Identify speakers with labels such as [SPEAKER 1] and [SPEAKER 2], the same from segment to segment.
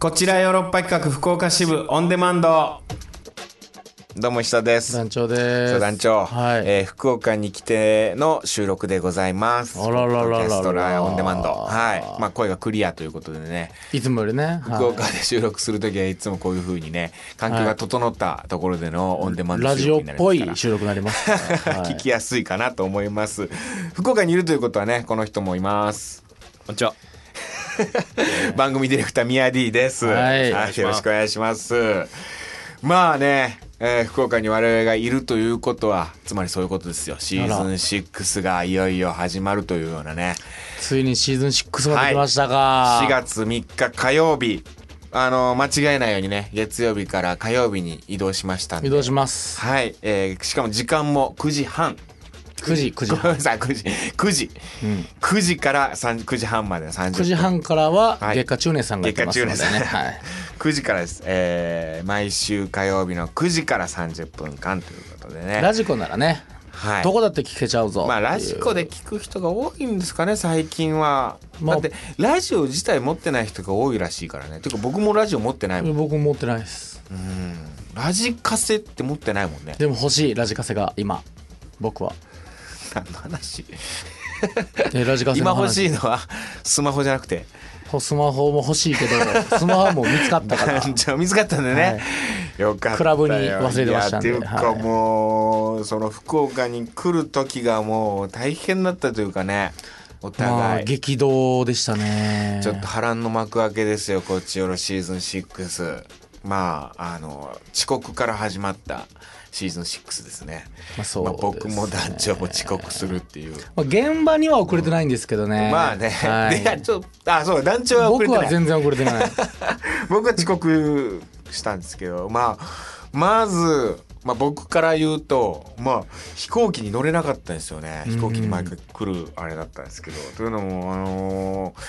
[SPEAKER 1] こちらヨーロッパ企画福岡支部オンデマンドどうも石田です
[SPEAKER 2] 団長です。
[SPEAKER 1] 団長、
[SPEAKER 2] はい。
[SPEAKER 1] えー福岡に来ての収録でございます
[SPEAKER 2] あららららら
[SPEAKER 1] ポッドキャストライオンデマンドはいまあ声がクリアということでね
[SPEAKER 2] いつもよりね。
[SPEAKER 1] 福
[SPEAKER 2] は
[SPEAKER 1] 岡で収録するときはいつもこういうふうにね環境が整ったところでのオンデマン
[SPEAKER 2] い。
[SPEAKER 1] ド
[SPEAKER 2] ラ
[SPEAKER 1] 収
[SPEAKER 2] ジオ
[SPEAKER 1] 録に
[SPEAKER 2] っ
[SPEAKER 1] なります
[SPEAKER 2] ぽ
[SPEAKER 1] から
[SPEAKER 2] い収録になります から。は
[SPEAKER 1] 聞
[SPEAKER 2] い。
[SPEAKER 1] きやすいかなと思います福岡にいるということはねこの人もいます
[SPEAKER 3] こんにちは。
[SPEAKER 1] 番組ディレクター宮 D です。
[SPEAKER 2] はい
[SPEAKER 1] よろしくお願いします。まあね、えー福岡に我々がいるということは、つまりそういうことですよ。シーズン
[SPEAKER 2] あら
[SPEAKER 1] 6がいよいよ始まるというようなね。
[SPEAKER 2] ついにシーズン6まで来ましたか。
[SPEAKER 1] 4月3日火曜日、あの間違えないようにね、月曜日から火曜日に移動しましたんで
[SPEAKER 2] 移動します。
[SPEAKER 1] はい、えーしかも時間も9時半。
[SPEAKER 2] 9時、9時
[SPEAKER 1] ごめんな さい、9時、9時、9時から3 9時半までの30分。
[SPEAKER 2] 9時半からは
[SPEAKER 1] はい
[SPEAKER 2] 月下中年さんがいてますのでね。
[SPEAKER 1] 月下中年さん
[SPEAKER 2] はい。
[SPEAKER 1] 9時からです、えー毎週火曜日の9時から30分間ということでね
[SPEAKER 2] ラジコならね、
[SPEAKER 1] はい
[SPEAKER 2] どこだって聞けちゃうぞ。
[SPEAKER 1] まあラジコで聞く人が多いんですかね最近は、
[SPEAKER 2] まあ
[SPEAKER 1] だってラジオ自体持ってない人が多いらしいからねていうか僕もラジオ持ってないもん
[SPEAKER 2] 僕持ってないです。
[SPEAKER 1] ラジカセって持ってないもんね
[SPEAKER 2] でも欲しいラジカセが今、僕 は。
[SPEAKER 1] 何の話
[SPEAKER 2] でラジカセ
[SPEAKER 1] 今
[SPEAKER 2] の話
[SPEAKER 1] 欲しいのはスマホじゃなくて
[SPEAKER 2] ほスマホも欲しいけ ど、スマホはもう見つかったから。
[SPEAKER 1] じゃあ見つかったんでね、
[SPEAKER 2] はい
[SPEAKER 1] よかったよ
[SPEAKER 2] クラブに忘れてましたんで
[SPEAKER 1] いやっていう
[SPEAKER 2] は
[SPEAKER 1] か
[SPEAKER 2] い
[SPEAKER 1] もう、その福岡に来る時がもう大変だったというかねお
[SPEAKER 2] ま
[SPEAKER 1] 互
[SPEAKER 2] あ、
[SPEAKER 1] い、
[SPEAKER 2] 激動でしたね。
[SPEAKER 1] ちょっと波乱の幕開けですよこっちよろシーズン6まああの遅刻から始まったシーズン6ですね
[SPEAKER 2] まあそうですね
[SPEAKER 1] 僕も団長も遅刻するっていう、
[SPEAKER 2] まあ、現場には遅れてないんですけどね。
[SPEAKER 1] まあね、
[SPEAKER 2] はい
[SPEAKER 1] でちょっとあそう団長は遅れ
[SPEAKER 2] 僕
[SPEAKER 1] てない
[SPEAKER 2] は全然遅れ てない。
[SPEAKER 1] 僕は遅刻したんですけどまあまず、まあ、僕から言うと、まあ、飛行機に乗れなかったんですよね飛行機に毎回来るあれだったんですけど。というのもあのー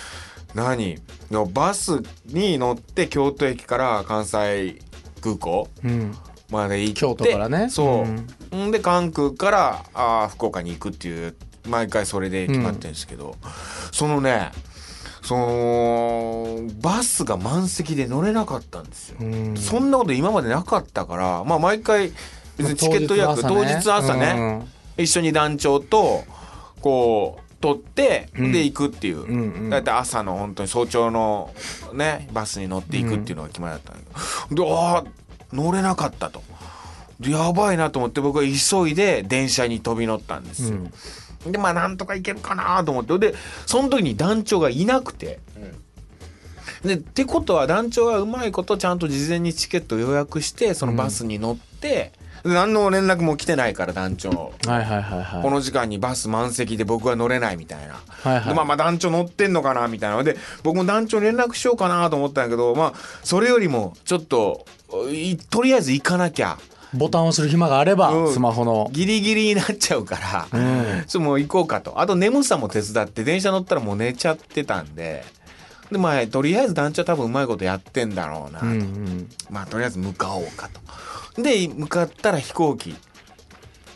[SPEAKER 1] 何のバスに乗って京都駅から関西空港
[SPEAKER 2] うん。
[SPEAKER 1] まで行って
[SPEAKER 2] 京都からね
[SPEAKER 1] そう、ん、で関空からあー福岡に行くっていう毎回それで決まってるんですけど、そのねそのバスが満席で乗れなかったんですよ、
[SPEAKER 2] うん
[SPEAKER 1] そんなこと今までなかったからまあ毎回別にチケット予約当日朝ね、一緒に団長とこう取ってで行くっていう、
[SPEAKER 2] んうん
[SPEAKER 1] だいたい朝の本当に早朝のねバスに乗っていくっていうのが決まりだったんだけど、でああ乗れなかったとでやばいなと思って僕は急いで電車に飛び乗ったんですよ、でまあなんとか行けるかなと思ってでその時に団長がいなくて。でってことは団長はうまいことちゃんと事前にチケット予約してそのバスに乗って、で何の連絡も来てないから団長
[SPEAKER 2] うんはいはいはいはい。
[SPEAKER 1] この時間にバス満席で僕は乗れないみたいな。
[SPEAKER 2] はいはい
[SPEAKER 1] でまあまあ団長乗ってんのかなみたいなので僕も団長に連絡しようかなと思ったんだけどまあそれよりもちょっといとりあえず行かなきゃ
[SPEAKER 2] ボタンを押する暇があれば、
[SPEAKER 1] うん
[SPEAKER 2] スマホの。
[SPEAKER 1] ギリギリになっちゃうから、ちょっともう行こうかとあと眠さも手伝って電車乗ったらもう寝ちゃってたんででまあとりあえず団長多分うまいことやってんだろうなと
[SPEAKER 2] うんうん。
[SPEAKER 1] まあとりあえず向かおうかと。で向かったら飛行機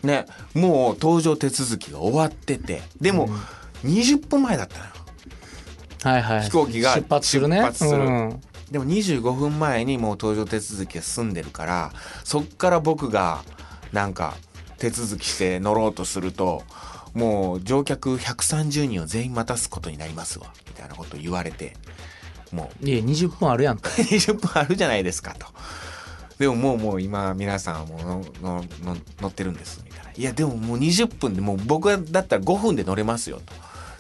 [SPEAKER 1] ねもう搭乗手続きが終わっててでも20分前だったのよ。
[SPEAKER 2] はいはい。
[SPEAKER 1] 飛行機が
[SPEAKER 2] 出発するね。
[SPEAKER 1] 出発する
[SPEAKER 2] うん
[SPEAKER 1] でも25分前にもう搭乗手続きが済んでるからそっから僕がなんか手続きして乗ろうとするともう乗客130人を全員待たすことになりますわみたいなことを言われてもう
[SPEAKER 2] いや、20分あるやんか。
[SPEAKER 1] 20分あるじゃないですかと。でももうもう今皆さんはもうののの乗ってるんですみたいな。いやでももう20分でもう僕はだったら5分で乗れますよと。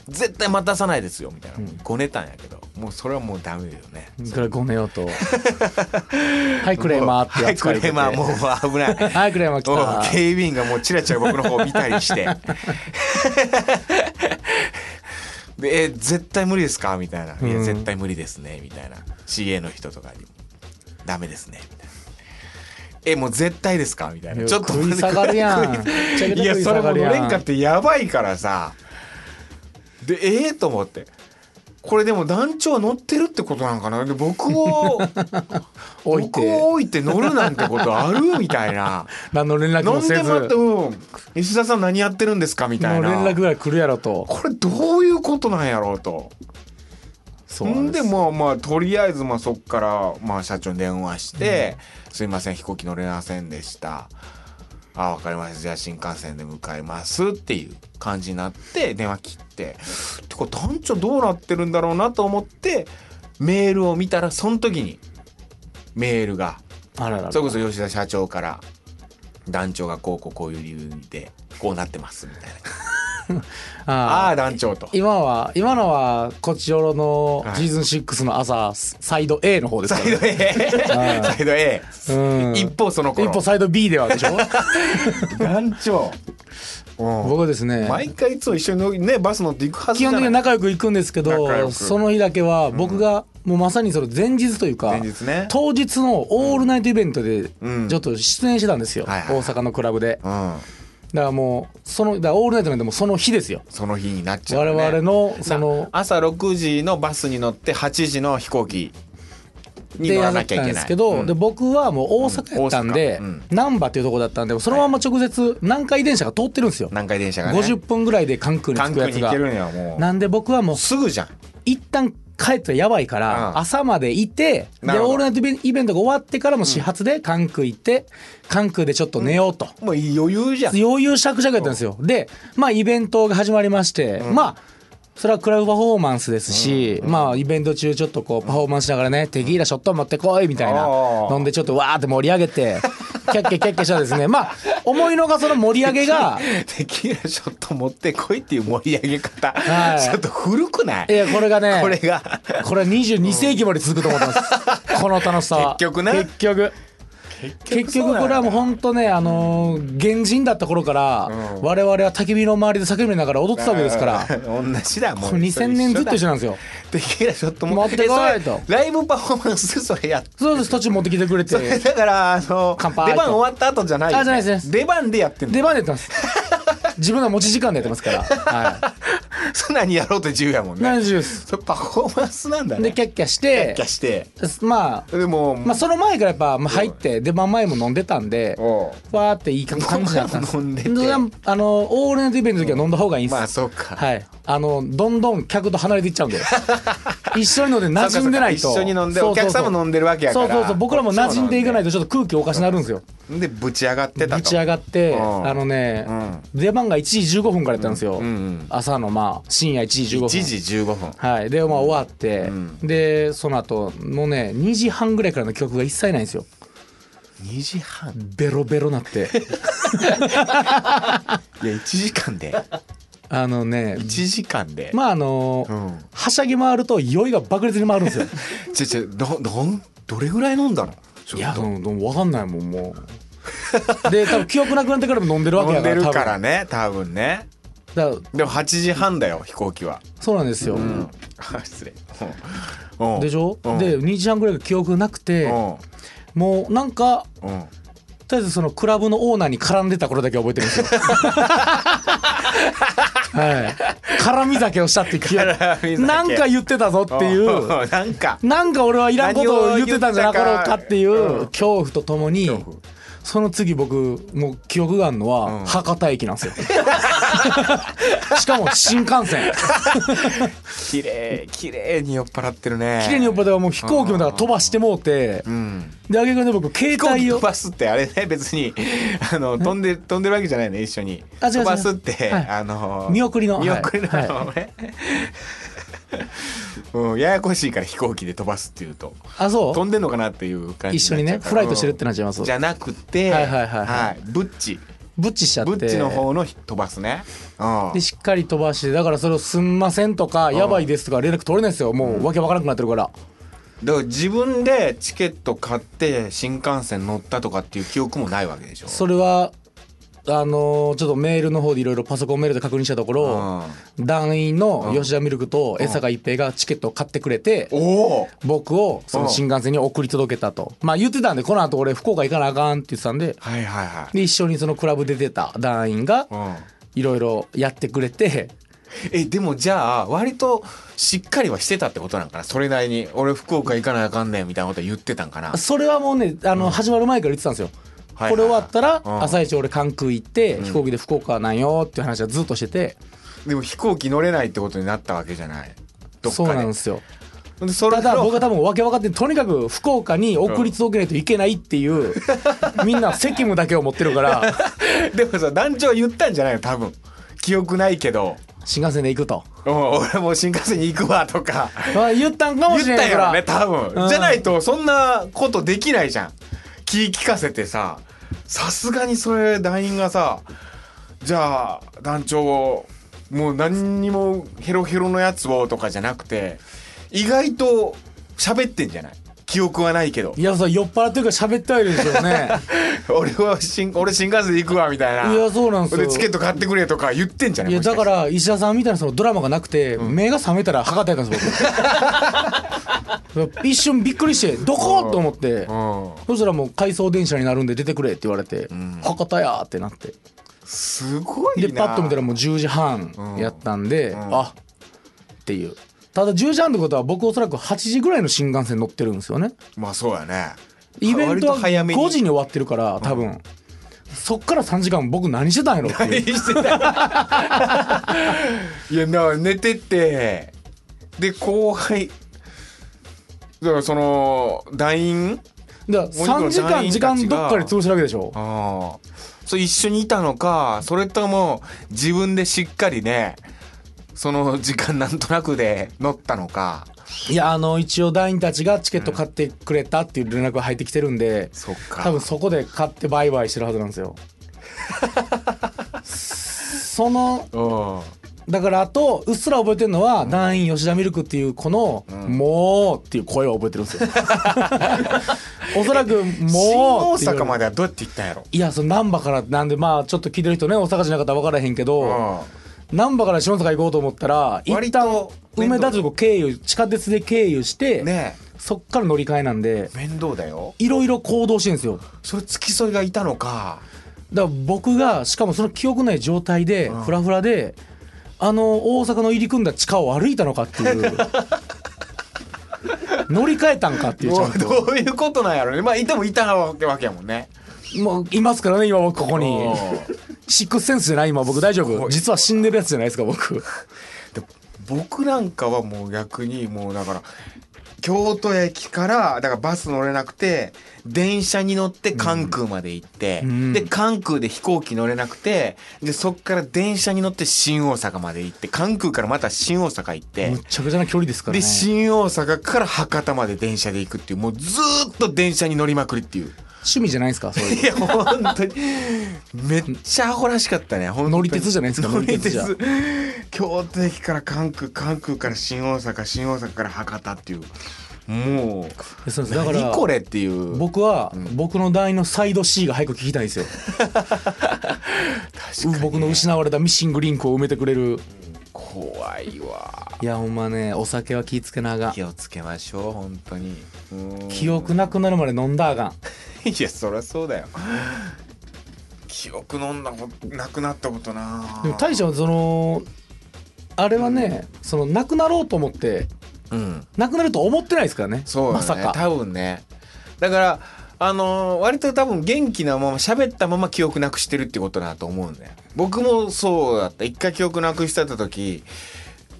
[SPEAKER 1] 絶対待たさないですよみたいな。ごねたんやけど、もうそれはもうダメだよね。
[SPEAKER 2] いくらごめよ うと。はい、クレーマーって
[SPEAKER 1] は
[SPEAKER 2] や
[SPEAKER 1] い
[SPEAKER 2] つ
[SPEAKER 1] ク
[SPEAKER 2] が
[SPEAKER 1] レ
[SPEAKER 2] いて
[SPEAKER 1] ーマーもう危ない。
[SPEAKER 2] はい、クレーマー
[SPEAKER 1] もう
[SPEAKER 2] 来た。
[SPEAKER 1] 警備員がもうチラチラ僕の方を見たり してでえ「絶対無理ですか?」みたいな「いや
[SPEAKER 2] うん
[SPEAKER 1] 絶対無理ですね」みたいな CA の人とかにも「ダメですね」みたいな。えもう絶対ですかみたい
[SPEAKER 2] い
[SPEAKER 1] な
[SPEAKER 2] や
[SPEAKER 1] ちょっと
[SPEAKER 2] 食い下がるやん
[SPEAKER 1] いやそれも
[SPEAKER 2] 食い下がるや
[SPEAKER 1] 乗
[SPEAKER 2] ん
[SPEAKER 1] れんかってやばいからさでええと思ってこれでも団長乗ってるってことなんかなで僕を
[SPEAKER 2] 置い
[SPEAKER 1] 僕を
[SPEAKER 2] て。
[SPEAKER 1] 置いて乗るなんてことあるみたいな
[SPEAKER 2] 何の連絡
[SPEAKER 1] な
[SPEAKER 2] も
[SPEAKER 1] ん
[SPEAKER 2] せ
[SPEAKER 1] でまた、
[SPEAKER 2] ず。
[SPEAKER 1] うん、石田さん何やってるんですかみたい
[SPEAKER 2] の連
[SPEAKER 1] な
[SPEAKER 2] 絡。ぐらい来るやろと。
[SPEAKER 1] これどういうことなんやろうと。
[SPEAKER 2] そうなんです
[SPEAKER 1] でもうまあとりあえずまあそっからまあ社長に電話して「すいません飛行機乗れませんでした」「あ分かりましたじゃあ新幹線で向かいます」っていう感じになって電話切っててか団長どうなってるんだろうなと思ってメールを見たらその時にメールが
[SPEAKER 2] あららら
[SPEAKER 1] それこそ吉田社長から団長がこうこうこういう理由でこうなってますみたいな「あ
[SPEAKER 2] あ
[SPEAKER 1] あ
[SPEAKER 2] あ
[SPEAKER 1] ー団長」と。
[SPEAKER 2] 今は今のはこちよろの
[SPEAKER 1] はい
[SPEAKER 2] シーズン6の朝サイド A の方です
[SPEAKER 1] サ
[SPEAKER 2] か
[SPEAKER 1] イド A サイド A
[SPEAKER 2] ら、うん、
[SPEAKER 1] 一方その
[SPEAKER 2] 一
[SPEAKER 1] 頃
[SPEAKER 2] 歩サイド B では でしょ
[SPEAKER 1] 団長
[SPEAKER 2] 僕はですね
[SPEAKER 1] 毎回いつも一緒にねバス乗って行くはず
[SPEAKER 2] 基
[SPEAKER 1] じゃな
[SPEAKER 2] 本的に
[SPEAKER 1] い
[SPEAKER 2] 仲良く行くんですけ
[SPEAKER 1] 仲良
[SPEAKER 2] ど
[SPEAKER 1] く
[SPEAKER 2] その日だけは僕がもうまさにその前日というか、
[SPEAKER 1] 前日ね
[SPEAKER 2] 当日のオールナイトイベントで
[SPEAKER 1] うん
[SPEAKER 2] ちょっと出演してたんですよ、
[SPEAKER 1] はいはいはい
[SPEAKER 2] 大阪のクラブで
[SPEAKER 1] うん
[SPEAKER 2] だからもうそのだからオールナイトなんてもうその日ですよ
[SPEAKER 1] その日になっちゃう
[SPEAKER 2] 我
[SPEAKER 1] ね
[SPEAKER 2] 々のその
[SPEAKER 1] 朝6時のバスに乗って8時の飛行機に
[SPEAKER 2] で
[SPEAKER 1] 乗
[SPEAKER 2] や
[SPEAKER 1] ら
[SPEAKER 2] っ
[SPEAKER 1] なきゃい
[SPEAKER 2] たん
[SPEAKER 1] け
[SPEAKER 2] で
[SPEAKER 1] な
[SPEAKER 2] す
[SPEAKER 1] い
[SPEAKER 2] けど、
[SPEAKER 1] うん
[SPEAKER 2] で僕はもう大阪やったんで、
[SPEAKER 1] うん大阪
[SPEAKER 2] 難波っていうとこだったんでそのまま直接南海電車が通ってるんですよ、
[SPEAKER 1] 南海電車がね
[SPEAKER 2] 50分ぐらいで関空に
[SPEAKER 1] 関
[SPEAKER 2] 着く
[SPEAKER 1] 空
[SPEAKER 2] や
[SPEAKER 1] に
[SPEAKER 2] つ
[SPEAKER 1] 行
[SPEAKER 2] が
[SPEAKER 1] けるんやも
[SPEAKER 2] なんで僕はもう
[SPEAKER 1] うすぐじゃん
[SPEAKER 2] 一旦帰ったらやばいから、
[SPEAKER 1] うん
[SPEAKER 2] 朝までいて
[SPEAKER 1] な
[SPEAKER 2] で
[SPEAKER 1] るほど
[SPEAKER 2] オールナイトイベイベントが終わってからも始発で関空行って関空でちょっと寝ようと、
[SPEAKER 1] もう余裕じゃん
[SPEAKER 2] 余裕しゃくしゃくやったんですよでまあイベントが始まりまして、まあそれはクラブパフォーマンスですし、まあイベント中ちょっとこうパフォーマンスしながらね、テキーラショット持ってこいみたいな
[SPEAKER 1] あー
[SPEAKER 2] 飲んでちょっとわーって盛り上げてキャッキャキャッキャしたらですねまあ思いのがその盛り上げが
[SPEAKER 1] テキーラショット持ってこいっていう盛り上げ方、
[SPEAKER 2] はい
[SPEAKER 1] ちょっと古くない
[SPEAKER 2] いやこれがね
[SPEAKER 1] これが
[SPEAKER 2] これは22世紀まで続くと思ってます、この楽しさは
[SPEAKER 1] 結局ね
[SPEAKER 2] 結局結局これはもう本当ねあのー原人だった頃から我々は焚き火の周りで叫びながら踊ってたわけですから
[SPEAKER 1] あー同じだもう
[SPEAKER 2] これ2000年ずっと一緒
[SPEAKER 1] 緒だ
[SPEAKER 2] なんですよ
[SPEAKER 1] テキーラショット持
[SPEAKER 2] 持ってこいと
[SPEAKER 1] えそれライブパフォーマンスでそれやっ
[SPEAKER 2] そうです途中持ってきてくれ
[SPEAKER 1] それ
[SPEAKER 2] て
[SPEAKER 1] だからあの
[SPEAKER 2] 乾杯と
[SPEAKER 1] 出番終わった後じゃないよね
[SPEAKER 2] あじゃないです
[SPEAKER 1] 出番でやってん
[SPEAKER 2] 出
[SPEAKER 1] の
[SPEAKER 2] 番でやってます自分の持ち時間でやってま すからは
[SPEAKER 1] そんなにやろうと自由やもん
[SPEAKER 2] い何
[SPEAKER 1] ね
[SPEAKER 2] 時です
[SPEAKER 1] それパフォーマンスなんだね
[SPEAKER 2] で
[SPEAKER 1] キ
[SPEAKER 2] キャッキャして
[SPEAKER 1] ャッキャして
[SPEAKER 2] まあ
[SPEAKER 1] でも
[SPEAKER 2] まあその前からやっぱまあ入って出番前も飲んでたんで
[SPEAKER 1] おう
[SPEAKER 2] わーっていい感じだったんです
[SPEAKER 1] 飲んでて
[SPEAKER 2] あのオールナイトイベントの時は飲んだ方がいいんです、
[SPEAKER 1] まあそうか
[SPEAKER 2] はいあのどんどん客と離れていっちゃう んで一緒に飲んで馴染んでないと
[SPEAKER 1] そうかそうか一緒に飲んで
[SPEAKER 2] そうそうそう
[SPEAKER 1] お客さんも飲んでるわけやから
[SPEAKER 2] そうそうそう僕らも馴染んでいかないとちょっと空気おかしなるんですよ
[SPEAKER 1] でぶち上がってたと
[SPEAKER 2] ぶち上がって
[SPEAKER 1] うん
[SPEAKER 2] あのね、出番が1時15分からやったんですよ、
[SPEAKER 1] うんうん
[SPEAKER 2] 朝のまあ深夜1時15分
[SPEAKER 1] 1時15分
[SPEAKER 2] はい、でまあ終わって、
[SPEAKER 1] ん
[SPEAKER 2] でその後もうね2時半ぐらいからの曲が一切ないんですよ
[SPEAKER 1] 2時半
[SPEAKER 2] ベロベロなって
[SPEAKER 1] いや1時間 で
[SPEAKER 2] あのね
[SPEAKER 1] 1時間で
[SPEAKER 2] まああの
[SPEAKER 1] うん
[SPEAKER 2] はしゃぎ回ると酔いが爆裂に回るんですよ
[SPEAKER 1] ちょちょどどんどれぐらい飲んだのちょ
[SPEAKER 2] いやでもでも分かんないもんもうで多分記憶なくなってからも飲んでるわけ
[SPEAKER 1] 飲
[SPEAKER 2] や
[SPEAKER 1] ん
[SPEAKER 2] か
[SPEAKER 1] で
[SPEAKER 2] ら
[SPEAKER 1] る
[SPEAKER 2] 多分
[SPEAKER 1] からね多分ね
[SPEAKER 2] だから
[SPEAKER 1] でも8時半だよ飛行機は
[SPEAKER 2] そうなんですよ、
[SPEAKER 1] あ失礼うんうん
[SPEAKER 2] でしょ、
[SPEAKER 1] うん
[SPEAKER 2] で2時半ぐらいが記憶なくて、もうなんか
[SPEAKER 1] うんうん
[SPEAKER 2] とりあえずそのクラブのオーナーに絡んでた頃だけ覚えてるんですよ。 はい、絡み酒をしたって記憶
[SPEAKER 1] 絡み酒
[SPEAKER 2] なんか言ってたぞっていう
[SPEAKER 1] おなん か
[SPEAKER 2] なんか俺はいらんことを言ってたんじゃなかろうかってい
[SPEAKER 1] 何を言ったかう
[SPEAKER 2] うん恐怖とともに
[SPEAKER 1] 恐怖
[SPEAKER 2] その次僕もう記憶があるの
[SPEAKER 1] う
[SPEAKER 2] は
[SPEAKER 1] ん
[SPEAKER 2] 博多駅なん ですよ しかも新幹線
[SPEAKER 1] 綺麗綺麗に酔っ払ってるね
[SPEAKER 2] 綺麗に酔っ払ってはもう飛行機もだから飛ばしてもうて
[SPEAKER 1] うん
[SPEAKER 2] であげくね僕携
[SPEAKER 1] 飛行機
[SPEAKER 2] 帯を
[SPEAKER 1] 飛ばすってあれね別にあの飛んで飛んでるわけじゃないね一緒に
[SPEAKER 2] あ違う違う
[SPEAKER 1] 飛ばすって
[SPEAKER 2] はい
[SPEAKER 1] あの
[SPEAKER 2] 見送りの
[SPEAKER 1] 見送りの
[SPEAKER 2] はい
[SPEAKER 1] あのね うんややこしいから飛行機で飛ばすっていうと
[SPEAKER 2] あそう
[SPEAKER 1] 飛んでんのかなっていう感じ
[SPEAKER 2] 一緒にね
[SPEAKER 1] なっちゃうから
[SPEAKER 2] フライトしてるってなっちゃいます
[SPEAKER 1] うんじゃなくて
[SPEAKER 2] はいはいはいはい
[SPEAKER 1] はいブッチ
[SPEAKER 2] ブッチしちゃって
[SPEAKER 1] ブッチの方の飛ばすねうん
[SPEAKER 2] でしっかり飛ばしてだからそれを「すんません」とか「やばいです」とか連絡取れないですよもうわけわからなくなってるから
[SPEAKER 1] だから自分でチケット買って新幹線乗ったとかっていう記憶もないわけでしょ
[SPEAKER 2] それはあのーちょっとメールの方でいろいろパソコンメールで確認したところ団員の吉田ミルクと江坂一平がチケットを買ってくれて
[SPEAKER 1] おお
[SPEAKER 2] 僕をその
[SPEAKER 1] うん
[SPEAKER 2] 新幹線に送り届けたとまあ言ってたんでこの後俺福岡行かなあかんって言ってたんで
[SPEAKER 1] はいはいはい
[SPEAKER 2] で一緒にそのクラブ出てた団員が
[SPEAKER 1] うん
[SPEAKER 2] いろいろやってくれて
[SPEAKER 1] えでもじゃあ割としっかりはしてたってことなんかなそれなりに俺福岡行かなあかんねんみたいなこと言ってたんかな
[SPEAKER 2] それはもうねあの始まる前から言ってたんですよ、
[SPEAKER 1] はいはいはい
[SPEAKER 2] これ終わったら
[SPEAKER 1] うん
[SPEAKER 2] 朝一俺関空行って、飛行機で福岡なんよっていう話はずっとしてて
[SPEAKER 1] でも飛行機乗れないってことになったわけじゃないどっかで
[SPEAKER 2] そうなんですよ
[SPEAKER 1] でそ
[SPEAKER 2] た
[SPEAKER 1] れ
[SPEAKER 2] だ僕は
[SPEAKER 1] の
[SPEAKER 2] 多分訳分かってんとにかく福岡に送り届けないといけないって いう、みんな責務だけを持ってるから
[SPEAKER 1] でもさ団長は言ったんじゃないの多分記憶ないけど
[SPEAKER 2] 新幹線で行くと、
[SPEAKER 1] うん俺もう新幹線に行くわとか
[SPEAKER 2] まあ、言ったんかも
[SPEAKER 1] 言っ
[SPEAKER 2] しれな
[SPEAKER 1] た
[SPEAKER 2] いか
[SPEAKER 1] よ
[SPEAKER 2] ら、
[SPEAKER 1] ね多
[SPEAKER 2] う
[SPEAKER 1] 分
[SPEAKER 2] ん
[SPEAKER 1] じゃないとそんなことできないじゃん気聞かせてささすがにそれ団員がさじゃあ団長をもう何にもヘロヘロのやつをとかじゃなくて意外と喋ってんじゃない記憶はないけど
[SPEAKER 2] いやそれ酔っ払ってるから喋ってはいるでしょうね
[SPEAKER 1] 俺は新俺新幹線で行くわみたいない
[SPEAKER 2] やそうなんですよ
[SPEAKER 1] でチケット買ってくれとか言ってんじゃない
[SPEAKER 2] いや
[SPEAKER 1] もしか
[SPEAKER 2] だ
[SPEAKER 1] して
[SPEAKER 2] から石田さんみたいなそのドラマがなくて、目が覚めたら博多やったんです 僕一瞬びっくりしてどこと思って、
[SPEAKER 1] うん
[SPEAKER 2] そしたらもう回送電車になるんで出てくれって言われて、博多やってなって
[SPEAKER 1] すごいな
[SPEAKER 2] でパッと見たらもう10時半やったんで、あっていうただ10時半ってことは僕おそらく8時ぐらいの新幹線乗ってるんですよね
[SPEAKER 1] まあそうや ね
[SPEAKER 2] イベントは
[SPEAKER 1] 割と早めに
[SPEAKER 2] 5時に終わってるから多分、そっから3時間僕何してたんやろっていう
[SPEAKER 1] いやな寝ててで後輩だからその団員
[SPEAKER 2] だから3時間時間どっかで潰してるわけでしょ
[SPEAKER 1] ああそう一緒にいたのかそれとも自分でしっかりねその時間なんとなくで乗ったのか
[SPEAKER 2] いやあの一応団員たちがチケット買ってくれたっていう連絡が入ってきてるんで、
[SPEAKER 1] そっか
[SPEAKER 2] 多分そこで買って売買してるはずなんですよその
[SPEAKER 1] うん
[SPEAKER 2] だからあとうっすら覚えてるのは、団員吉田ミルクっていう子の「もう」っていう声は覚えてるんで すよおそらく「
[SPEAKER 1] 新
[SPEAKER 2] も
[SPEAKER 1] 大
[SPEAKER 2] う」っていう
[SPEAKER 1] 阪まではどうやって行ったんやろ
[SPEAKER 2] いやその難波からなんでまあちょっと聞いてる人ね大阪じゃなかったら分からへんけど、難波から下坂行こうと思ったら一
[SPEAKER 1] 割
[SPEAKER 2] 旦
[SPEAKER 1] と面倒
[SPEAKER 2] 梅田とこ経由地下鉄で経由して、
[SPEAKER 1] ね
[SPEAKER 2] そっから乗り換えなんで
[SPEAKER 1] え面倒だよ
[SPEAKER 2] いろいろ行動してるんですよ
[SPEAKER 1] それ付き添いがいたのか
[SPEAKER 2] だから僕がしかもその記憶ない状態でフラフラであの大阪の入り組んだ地下を歩いたのかっていう 乗り換えたんかっていうちゃんと
[SPEAKER 1] もう どういうことなんやろねまあいてもいたわけわけやもんね
[SPEAKER 2] もういますからね今僕ここに
[SPEAKER 1] うん
[SPEAKER 2] シックスセンスじゃない今僕大丈
[SPEAKER 1] ご
[SPEAKER 2] 夫
[SPEAKER 1] い
[SPEAKER 2] 実は死んでるやつじゃないですか僕
[SPEAKER 1] で僕なんかはもう逆にもうだから京都駅からだからバス乗れなくて電車に乗って関空まで行って、
[SPEAKER 2] うん
[SPEAKER 1] で関空で飛行機乗れなくてでそっから電車に乗って新大阪まで行って関空からまた新大阪行って
[SPEAKER 2] むっちゃくちゃな距離ですから
[SPEAKER 1] で
[SPEAKER 2] ね
[SPEAKER 1] 新大阪から博多まで電車で行くっていうもうずーっと電車に乗りまくりっていう
[SPEAKER 2] 趣味じゃないですかそういう
[SPEAKER 1] いや本当にめっちゃアホらしかったね本当に
[SPEAKER 2] 乗り鉄じゃないですか
[SPEAKER 1] 乗り
[SPEAKER 2] 乗
[SPEAKER 1] 鉄京都駅から関空関空から新大阪新大阪から博多っていうもう
[SPEAKER 2] のそうですだから
[SPEAKER 1] 何これっていう
[SPEAKER 2] 僕は僕の代のサイド C が早く聞きたいんですよ
[SPEAKER 1] 確かにね
[SPEAKER 2] 僕の失われたミッシングリンクを埋めてくれる
[SPEAKER 1] 怖いわ
[SPEAKER 2] いやほんまねお酒は気ぃつけなあがん
[SPEAKER 1] 気をつけましょう本当にうん
[SPEAKER 2] 記憶なくなるまで飲んだあがん
[SPEAKER 1] いやそりゃそうだよ記憶飲んだことなくなったことな
[SPEAKER 2] でも大将はそのあれはね、そのなくなろうと思って
[SPEAKER 1] うん
[SPEAKER 2] なくなると思ってないですからね
[SPEAKER 1] そうだね、
[SPEAKER 2] まさか
[SPEAKER 1] 多分ねだからあのー割と多分元気なまま喋ったまま記憶なくしてるってことだと思うんだよ僕もそうだった一回記憶なくしてた時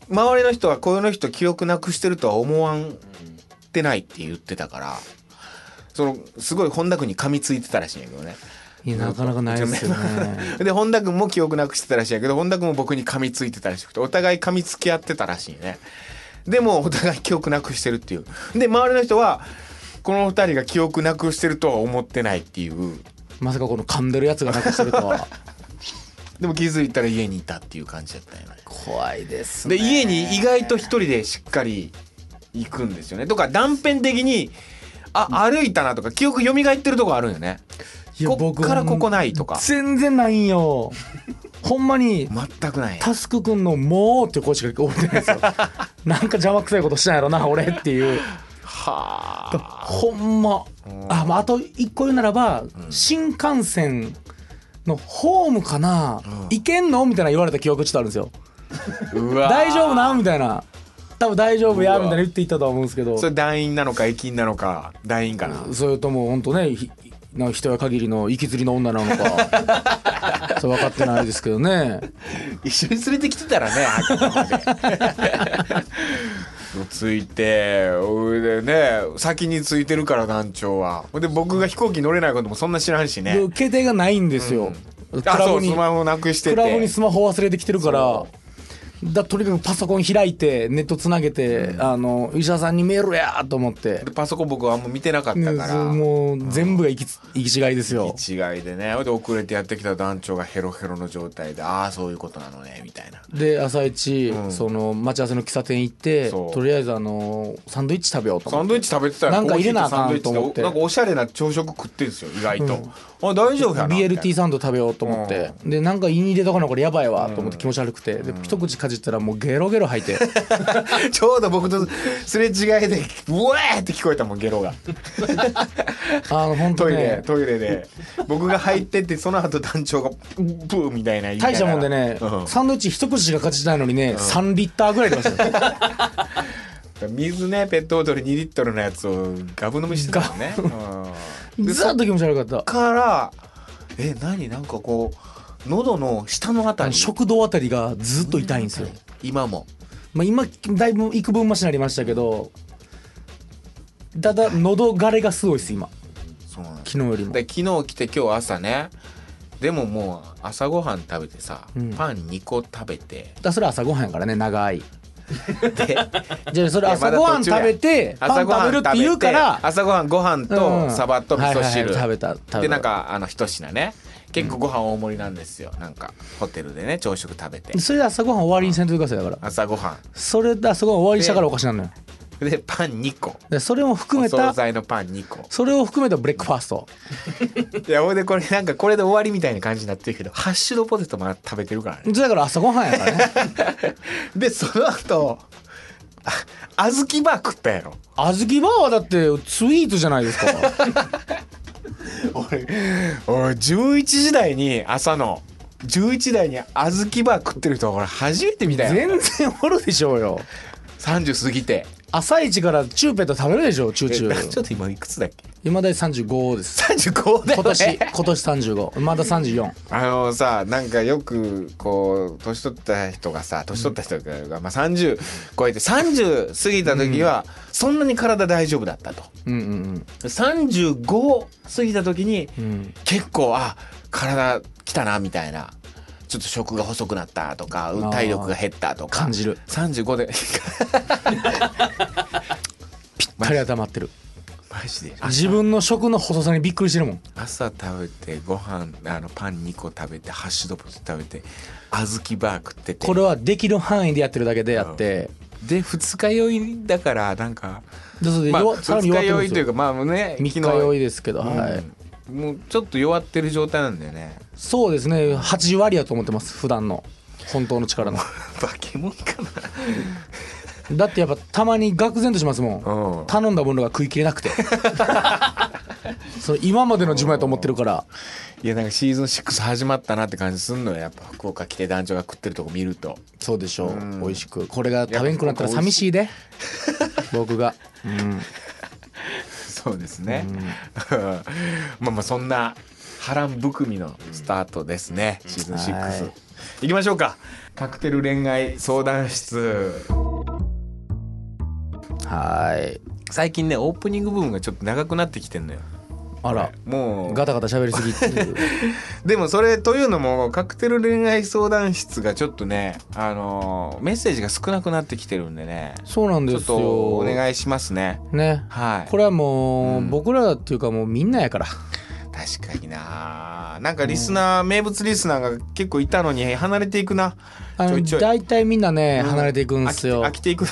[SPEAKER 1] 周りの人はこういうの人記憶なくしてるとは思わんってないって言ってたからそのすごい本田君に噛みついてたらしいんやけどね
[SPEAKER 2] いやなかなかないですよね
[SPEAKER 1] で本田君も記憶なくしてたらしいんやけど本田君も僕に噛みついてたらしくてお互い噛みつき合ってたらしいねでもお互い記憶なくしてるっていうで周りの人はこの二人が記憶なくしてるとは思ってないっていう
[SPEAKER 2] まさかこの噛んでるやつがなくしてる とは
[SPEAKER 1] でも気づいたら家にいたっていう感じだったよね
[SPEAKER 2] 怖いです
[SPEAKER 1] で
[SPEAKER 2] ね
[SPEAKER 1] 家に意外と一人でしっかり行くんですよねとか断片的にあ歩いたなとか記憶蘇ってるとこあるんよね
[SPEAKER 2] いや
[SPEAKER 1] こっからここ
[SPEAKER 2] い
[SPEAKER 1] ないとか
[SPEAKER 2] 全然ない んよほんまに
[SPEAKER 1] 全くない
[SPEAKER 2] タスク君の「もう」って声しか覚えてない ですよなんか邪魔くさいことしたんやろな俺っていう
[SPEAKER 1] はあ
[SPEAKER 2] ほんまあ,、まあ、あと一個言うならば、新幹線のホームかな、行けんのみたいな言われた記憶ちょっとあるんですよ
[SPEAKER 1] うわ
[SPEAKER 2] 大丈夫
[SPEAKER 1] な
[SPEAKER 2] なみたいな多分大丈夫や
[SPEAKER 1] うわ
[SPEAKER 2] みたいな言っていったとは思うんですけど
[SPEAKER 1] それ団員なのか駅員なのか団員かな
[SPEAKER 2] それとも本当ねひな人や限りの息釣りの女なのか それ分かってないですけどね
[SPEAKER 1] 一緒に連れてきてたらね墓までついてほいでね先についてるから団長はほいで僕が飛行機乗れないこともそんな知らんし
[SPEAKER 2] で
[SPEAKER 1] ね
[SPEAKER 2] 携帯がないんですよ、ク
[SPEAKER 1] あ
[SPEAKER 2] ラ
[SPEAKER 1] そ
[SPEAKER 2] ブ
[SPEAKER 1] う
[SPEAKER 2] に
[SPEAKER 1] スマホなくしてて
[SPEAKER 2] クラブにスマホ忘れてきてるからだとにかくパソコン開いてネットつなげて、あの医者さんにメールやと思って
[SPEAKER 1] でパソコン僕はあんま見てなかったから
[SPEAKER 2] もう全部が行きつ行き違いですよ
[SPEAKER 1] 一概でねほいで遅れてやってきた団長がヘロヘロの状態でああそういうことなのねみたいな
[SPEAKER 2] で朝一、その待ち合わせの喫茶店行って
[SPEAKER 1] そう
[SPEAKER 2] とりあえずあのサンドイッチ食べようと
[SPEAKER 1] サ
[SPEAKER 2] 思
[SPEAKER 1] ン
[SPEAKER 2] っ
[SPEAKER 1] ドイ
[SPEAKER 2] て
[SPEAKER 1] ッチ食べてたら
[SPEAKER 2] なんか入れなあかん
[SPEAKER 1] コーヒーサンドイッチ
[SPEAKER 2] と思って
[SPEAKER 1] なんかおしゃれな朝食食ってるんですよ意外と、あ大丈夫やなみたいな
[SPEAKER 2] BLT サンド食べようと思って、でなんか胃に入れとかなこれやばいわと思って気持ち悪くて、で一口かじったらもうゲロゲロ吐 いて
[SPEAKER 1] ちょうど僕とすれ違いで「うわー!」って聞こえたもんゲロが
[SPEAKER 2] あの本当
[SPEAKER 1] トイレ、
[SPEAKER 2] ね
[SPEAKER 1] トイレで僕が入ってってその後団長が「ブー」みたいな言いなが
[SPEAKER 2] 大
[SPEAKER 1] ら
[SPEAKER 2] したもんでね、
[SPEAKER 1] うん
[SPEAKER 2] サンドイッチ一口しか勝ちたいのにね、3リッターぐらい出ましたよ
[SPEAKER 1] 水ねペットボトル2リットルのやつをガブ飲みしてたもんね、うんで
[SPEAKER 2] ずーっと気持ち悪かった
[SPEAKER 1] からえ何なんかこう喉の下のあ
[SPEAKER 2] あ
[SPEAKER 1] た
[SPEAKER 2] の
[SPEAKER 1] り
[SPEAKER 2] 食道あたりがずっと痛いんですよ、
[SPEAKER 1] 今も
[SPEAKER 2] まあ、今だいぶ幾分マシになりましたけどただ喉がれがすごいです今
[SPEAKER 1] そうなんです
[SPEAKER 2] 昨日よりも
[SPEAKER 1] で昨日来て今日朝ねでももう朝ごはん食べてさ、
[SPEAKER 2] うん
[SPEAKER 1] パン2個食べ て
[SPEAKER 2] だそれ朝ごはんやからね長い
[SPEAKER 1] で
[SPEAKER 2] じゃあそれ
[SPEAKER 1] いやま
[SPEAKER 2] 朝
[SPEAKER 1] だ
[SPEAKER 2] ごはん
[SPEAKER 1] 途中や
[SPEAKER 2] 食べてパン食べるって言うから
[SPEAKER 1] 朝ごはんご飯
[SPEAKER 2] うんう
[SPEAKER 1] と
[SPEAKER 2] ん
[SPEAKER 1] サバと味噌汁、
[SPEAKER 2] はいはいはい食べた食べた
[SPEAKER 1] でなんかあの一品ね結構ご飯大盛りなんですよなんかホテルでね朝食食べて
[SPEAKER 2] それで朝ごはん終わりにせんといてくださいだから
[SPEAKER 1] 朝ごは
[SPEAKER 2] それで朝ごはん終わりにしたからおかしなのよ
[SPEAKER 1] んでパン2個
[SPEAKER 2] でそれも含
[SPEAKER 1] お
[SPEAKER 2] め
[SPEAKER 1] 惣
[SPEAKER 2] た
[SPEAKER 1] 菜のパン2個
[SPEAKER 2] それを含めたブレックファースト
[SPEAKER 1] いやほんでこれなんかこれで終わりみたいな感じになってるけどハッシュドポテトも食べてるからね
[SPEAKER 2] それだから朝ごはんやからね
[SPEAKER 1] でその後あ小豆バー食ったやろ
[SPEAKER 2] 小豆バーはだってスイーツじゃないですか
[SPEAKER 1] 俺俺11時台に朝の11時台に小豆バー食ってる人は俺初めて見たよ
[SPEAKER 2] 全然おるでしょうよ
[SPEAKER 1] 30過ぎて
[SPEAKER 2] 朝一からチューペット食べるでしょチューチュ
[SPEAKER 1] え ちょ
[SPEAKER 2] ー
[SPEAKER 1] っと今いくつだっけ
[SPEAKER 2] 今だい35です
[SPEAKER 1] 35だよ
[SPEAKER 2] 今年
[SPEAKER 1] ね
[SPEAKER 2] 今年35まだ34
[SPEAKER 1] あのさなんかよくこう年取った人がさ年取った人が、まあ、30超えて30過ぎた時は、そんなに体大丈夫だったと
[SPEAKER 2] うんうん
[SPEAKER 1] 35過ぎた時に、
[SPEAKER 2] うんうん
[SPEAKER 1] 結構あ体きたなみたいなちょっと食が細くなったとか
[SPEAKER 2] ー
[SPEAKER 1] 体力が減ったとか
[SPEAKER 2] 感じる
[SPEAKER 1] 35で
[SPEAKER 2] 彼は黙ってる
[SPEAKER 1] マジで
[SPEAKER 2] 自分の食の細さにびっくりしてるもん
[SPEAKER 1] 朝食べてご飯あのパン2個食べてハッシュドポテト食べて小豆バー食ってて
[SPEAKER 2] これはできる範囲でやってるだけであって
[SPEAKER 1] で二日酔いだからなんか、
[SPEAKER 2] でそれで
[SPEAKER 1] まあ、
[SPEAKER 2] 弱さら
[SPEAKER 1] 二
[SPEAKER 2] に
[SPEAKER 1] 日
[SPEAKER 2] 弱っ
[SPEAKER 1] 酔い
[SPEAKER 2] てるんです
[SPEAKER 1] とい
[SPEAKER 2] よ
[SPEAKER 1] うかまあね
[SPEAKER 2] 3日
[SPEAKER 1] 昨日
[SPEAKER 2] 酔いですけど、
[SPEAKER 1] うん
[SPEAKER 2] はい
[SPEAKER 1] もうちょっと弱ってる状態なんだよ ね
[SPEAKER 2] そうですね80割やと思ってます普段の本当の力の
[SPEAKER 1] 化け物かな
[SPEAKER 2] だってやっぱたまに愕然としますもん、
[SPEAKER 1] うん
[SPEAKER 2] 頼んだものが食いきれな くてその今までの自分やと思ってるから
[SPEAKER 1] いやなんかシーズン6始まったなって感じすんのよやっぱ福岡来て団長が食ってるとこ見ると
[SPEAKER 2] そうでしょう、
[SPEAKER 1] ん
[SPEAKER 2] 美味しくこれが食べんくなったら寂し いで僕が、うん、
[SPEAKER 1] そうですね まあまあそんな波乱含みのスタートですねシーズン6、
[SPEAKER 2] はい
[SPEAKER 1] 行きましょうかカクテル恋愛相談室
[SPEAKER 2] はい
[SPEAKER 1] 最近ねオープニング部分がちょっと長くなってきてんのよ
[SPEAKER 2] あら
[SPEAKER 1] もう
[SPEAKER 2] ガタガタ喋りすぎっていう
[SPEAKER 1] でもそれというのもカクテル恋愛相談室がちょっとねあのーメッセージが少なくなってきてるんでね
[SPEAKER 2] そうなん
[SPEAKER 1] ちょ
[SPEAKER 2] で
[SPEAKER 1] っ
[SPEAKER 2] すよ
[SPEAKER 1] とお願いしますね
[SPEAKER 2] ね
[SPEAKER 1] はい
[SPEAKER 2] これはもう、
[SPEAKER 1] うん
[SPEAKER 2] 僕らっていうかもうみんなやから
[SPEAKER 1] 確かにななんかリスナー、名物リスナーが結構いたのに離れていくな
[SPEAKER 2] あ
[SPEAKER 1] ちょ
[SPEAKER 2] の
[SPEAKER 1] いちょい
[SPEAKER 2] 大体みんなね離れていくん
[SPEAKER 1] 飽
[SPEAKER 2] で
[SPEAKER 1] き
[SPEAKER 2] す
[SPEAKER 1] て
[SPEAKER 2] よ、
[SPEAKER 1] 飽きていく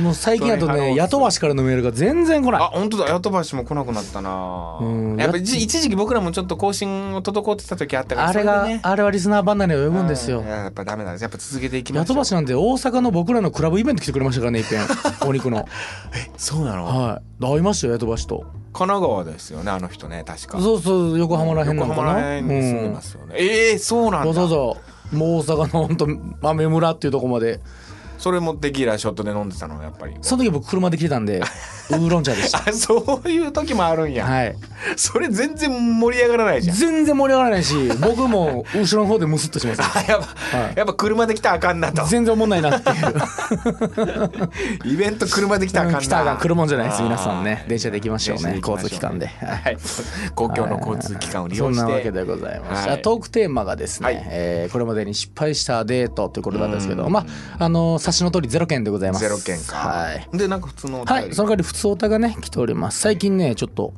[SPEAKER 2] もう最近だと
[SPEAKER 1] そうねあ
[SPEAKER 2] ね
[SPEAKER 1] の
[SPEAKER 2] 雇わしからのメールが全然来
[SPEAKER 1] あ
[SPEAKER 2] ない
[SPEAKER 1] 本当だヤトバシも来なくなったな
[SPEAKER 2] うん
[SPEAKER 1] やっぱ一一時期僕らもちょっと更新を滞ってた時あったから
[SPEAKER 2] あれ
[SPEAKER 1] そ
[SPEAKER 2] が
[SPEAKER 1] でね
[SPEAKER 2] あれはリスナー離れを呼ぶんです
[SPEAKER 1] う
[SPEAKER 2] よ
[SPEAKER 1] いややっぱダメなんですやっぱ続けていきまし
[SPEAKER 2] 雇
[SPEAKER 1] ょ
[SPEAKER 2] わ
[SPEAKER 1] う
[SPEAKER 2] しなんて大阪の僕らのクラブイベント来てくれましたからねいっぺんお 肉の
[SPEAKER 1] そうなの
[SPEAKER 2] はい会いましたよ雇わしと
[SPEAKER 1] 神奈川ですよねあの人ね確か
[SPEAKER 2] そうそう横浜らへんな
[SPEAKER 1] 横
[SPEAKER 2] のか
[SPEAKER 1] 浜ら
[SPEAKER 2] な
[SPEAKER 1] 辺
[SPEAKER 2] う
[SPEAKER 1] に住んで
[SPEAKER 2] ん
[SPEAKER 1] ますよね、ええそうなんだ
[SPEAKER 2] わざわざもう大阪のほんと雨村っていうとこまで
[SPEAKER 1] それもテキーラショットで飲んでたのやっぱり
[SPEAKER 2] その時僕車で来てた んでウーロン茶でした
[SPEAKER 1] あそういう時もあるんや、
[SPEAKER 2] はい
[SPEAKER 1] それ全然盛り上がらないじゃん
[SPEAKER 2] 全然盛り上がらないし僕も後ろの方でムスッとします
[SPEAKER 1] あやっぱ、
[SPEAKER 2] はい
[SPEAKER 1] やっぱ車で来たらあかんなと
[SPEAKER 2] 全然思んないなっ ていう
[SPEAKER 1] イベント車で来たらあかんな、
[SPEAKER 2] 来たが来るもんじゃないです皆さんね
[SPEAKER 1] あー
[SPEAKER 2] 電車で行きましょうね
[SPEAKER 1] 電車行きましょう
[SPEAKER 2] 交通機関で
[SPEAKER 1] はい公共の交通機関を利
[SPEAKER 2] そ
[SPEAKER 1] 用
[SPEAKER 2] ん
[SPEAKER 1] して
[SPEAKER 2] なわけでございます、
[SPEAKER 1] はい
[SPEAKER 2] トークテーマがですね、
[SPEAKER 1] はい
[SPEAKER 2] えーこれまでに失敗したデートということなんですけ
[SPEAKER 1] う
[SPEAKER 2] ど
[SPEAKER 1] ん
[SPEAKER 2] まああの差しの通りゼロ件でございます
[SPEAKER 1] ゼロ件か、
[SPEAKER 2] はい、
[SPEAKER 1] でなんか普通のお便
[SPEAKER 2] は
[SPEAKER 1] り
[SPEAKER 2] い、その代わり普通歌がね来ております最近ねちょっと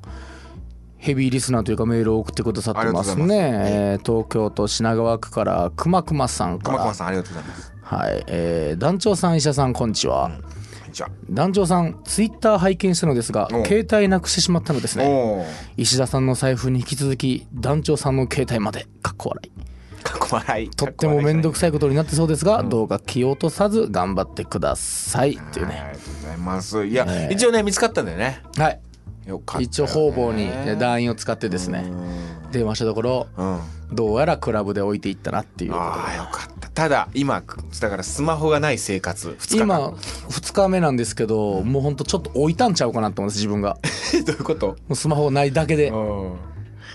[SPEAKER 2] ヘビーリスナーというかメールを送ってくださってます
[SPEAKER 1] ありがとうござ
[SPEAKER 2] ねえー東京都品川区からくまくまさんか
[SPEAKER 1] 熊
[SPEAKER 2] ら
[SPEAKER 1] 川さんありがとうございます
[SPEAKER 2] はい、えー団長さん医者さんこんにちは、
[SPEAKER 1] こんにちは
[SPEAKER 2] 団長さんツイッター拝見したのですが
[SPEAKER 1] お
[SPEAKER 2] 携帯なくしてしまったのですね
[SPEAKER 1] おお
[SPEAKER 2] 石田さんの財布に引き続き団長さんの携帯までかっこ笑い
[SPEAKER 1] かっこ笑い
[SPEAKER 2] とっても面倒
[SPEAKER 1] く
[SPEAKER 2] くさいことになってそうですが、どうか気を落とさず頑張ってくださいっていうね
[SPEAKER 1] ありがとうございますいや、
[SPEAKER 2] ね
[SPEAKER 1] 一応ね見つかったんだよね
[SPEAKER 2] はい
[SPEAKER 1] よかったよね、
[SPEAKER 2] 一応方々にね団員を使ってですね電話したところ
[SPEAKER 1] うんあ
[SPEAKER 2] どうやらクラブで置いていったなっていうこと
[SPEAKER 1] あよかったただ今だからスマホがない生活2日間
[SPEAKER 2] 今2日目なんですけどもうほんとちょっと置いたんちゃうかなと思うんです自分が
[SPEAKER 1] どういうこと
[SPEAKER 2] もうスマホないだけで
[SPEAKER 1] うん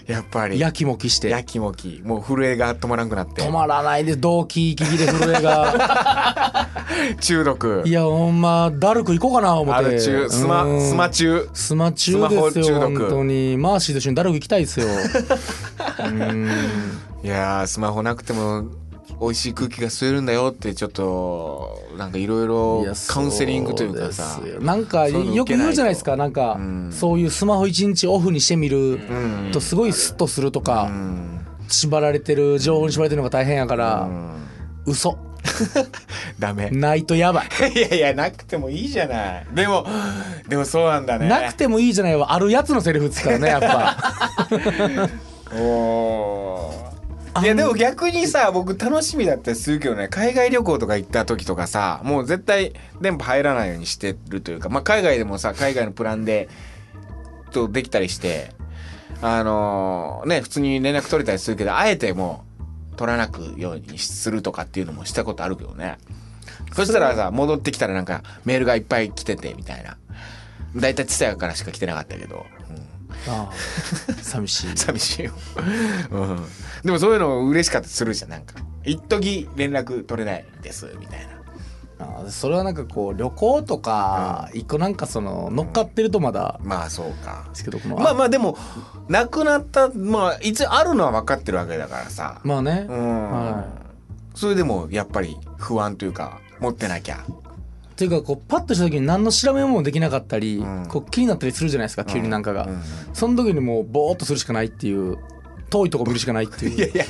[SPEAKER 1] やっぱり
[SPEAKER 2] やきもきして
[SPEAKER 1] やきもきもう震えが止まらんくなって
[SPEAKER 2] 止まらないで同期息切れ震 えが
[SPEAKER 1] 中毒
[SPEAKER 2] いやほんまダルク行こうかな思っ
[SPEAKER 1] あ
[SPEAKER 2] て
[SPEAKER 1] る中スマ
[SPEAKER 2] うん
[SPEAKER 1] スマ中
[SPEAKER 2] スマ中
[SPEAKER 1] スマホ
[SPEAKER 2] です
[SPEAKER 1] 中
[SPEAKER 2] よ
[SPEAKER 1] 毒
[SPEAKER 2] 本当にマーシーと一緒にダルク行きたいですようーん
[SPEAKER 1] いやースマホなくても美味しい空気が吸えるんだよってちょっとなんかいろいろ
[SPEAKER 2] いや
[SPEAKER 1] カウンセリングというかさ
[SPEAKER 2] そうですよなん
[SPEAKER 1] そう
[SPEAKER 2] か
[SPEAKER 1] いうの
[SPEAKER 2] よく
[SPEAKER 1] 受けないと
[SPEAKER 2] 言うじゃないですかなんかそういうスマホ一日オフにしてみる
[SPEAKER 1] ん
[SPEAKER 2] とすごいスッとするとか
[SPEAKER 1] うん
[SPEAKER 2] 縛られてる情報に縛られてるのが大変やか
[SPEAKER 1] う
[SPEAKER 2] ら
[SPEAKER 1] ん
[SPEAKER 2] 嘘
[SPEAKER 1] ダメ
[SPEAKER 2] ないとやばい
[SPEAKER 1] いやいやなくてもいいじゃないでもでもそうなんだね
[SPEAKER 2] なくてもいいじゃないわあるやつのセリフですからねや っぱ
[SPEAKER 1] おーいやでも逆にさ僕楽しみだったりするけどね海外旅行とか行った時とかさもう絶対電波入らないようにしてるというか、まあ、海外でもさ海外のプランでとできたりしてあのーね普通に連絡取れたりするけどあえてもう取らなくようにするとかっていうのもしたことあるけどねそしたらさ戻ってきたらなんかメールがいっぱい来ててみたいな大体蔦屋からしか来てなかったけど。うん
[SPEAKER 2] ああ寂しい
[SPEAKER 1] 寂しいよ、うん、でもそういうの嬉しかったりするじゃんなんか一時連絡取れないですみたいな
[SPEAKER 2] ああそれはなんかこう旅行とか一個なんかその乗っかってるとまだ
[SPEAKER 1] まあそうか
[SPEAKER 2] ですけどこの
[SPEAKER 1] まあまあでもなくなったまあいつあるのは分かってるわけだからさ、
[SPEAKER 2] まあね、
[SPEAKER 1] うん、
[SPEAKER 2] は
[SPEAKER 1] それでもやっぱり不安というか持ってなきゃ
[SPEAKER 2] っていうかこうパッとした時に何の調べもできなかったり、
[SPEAKER 1] うん
[SPEAKER 2] こう気になったりするじゃないですか急になんかが、
[SPEAKER 1] うん
[SPEAKER 2] その時にもうボーっとするしかないっていう遠いとこ見るしかないっていう
[SPEAKER 1] いや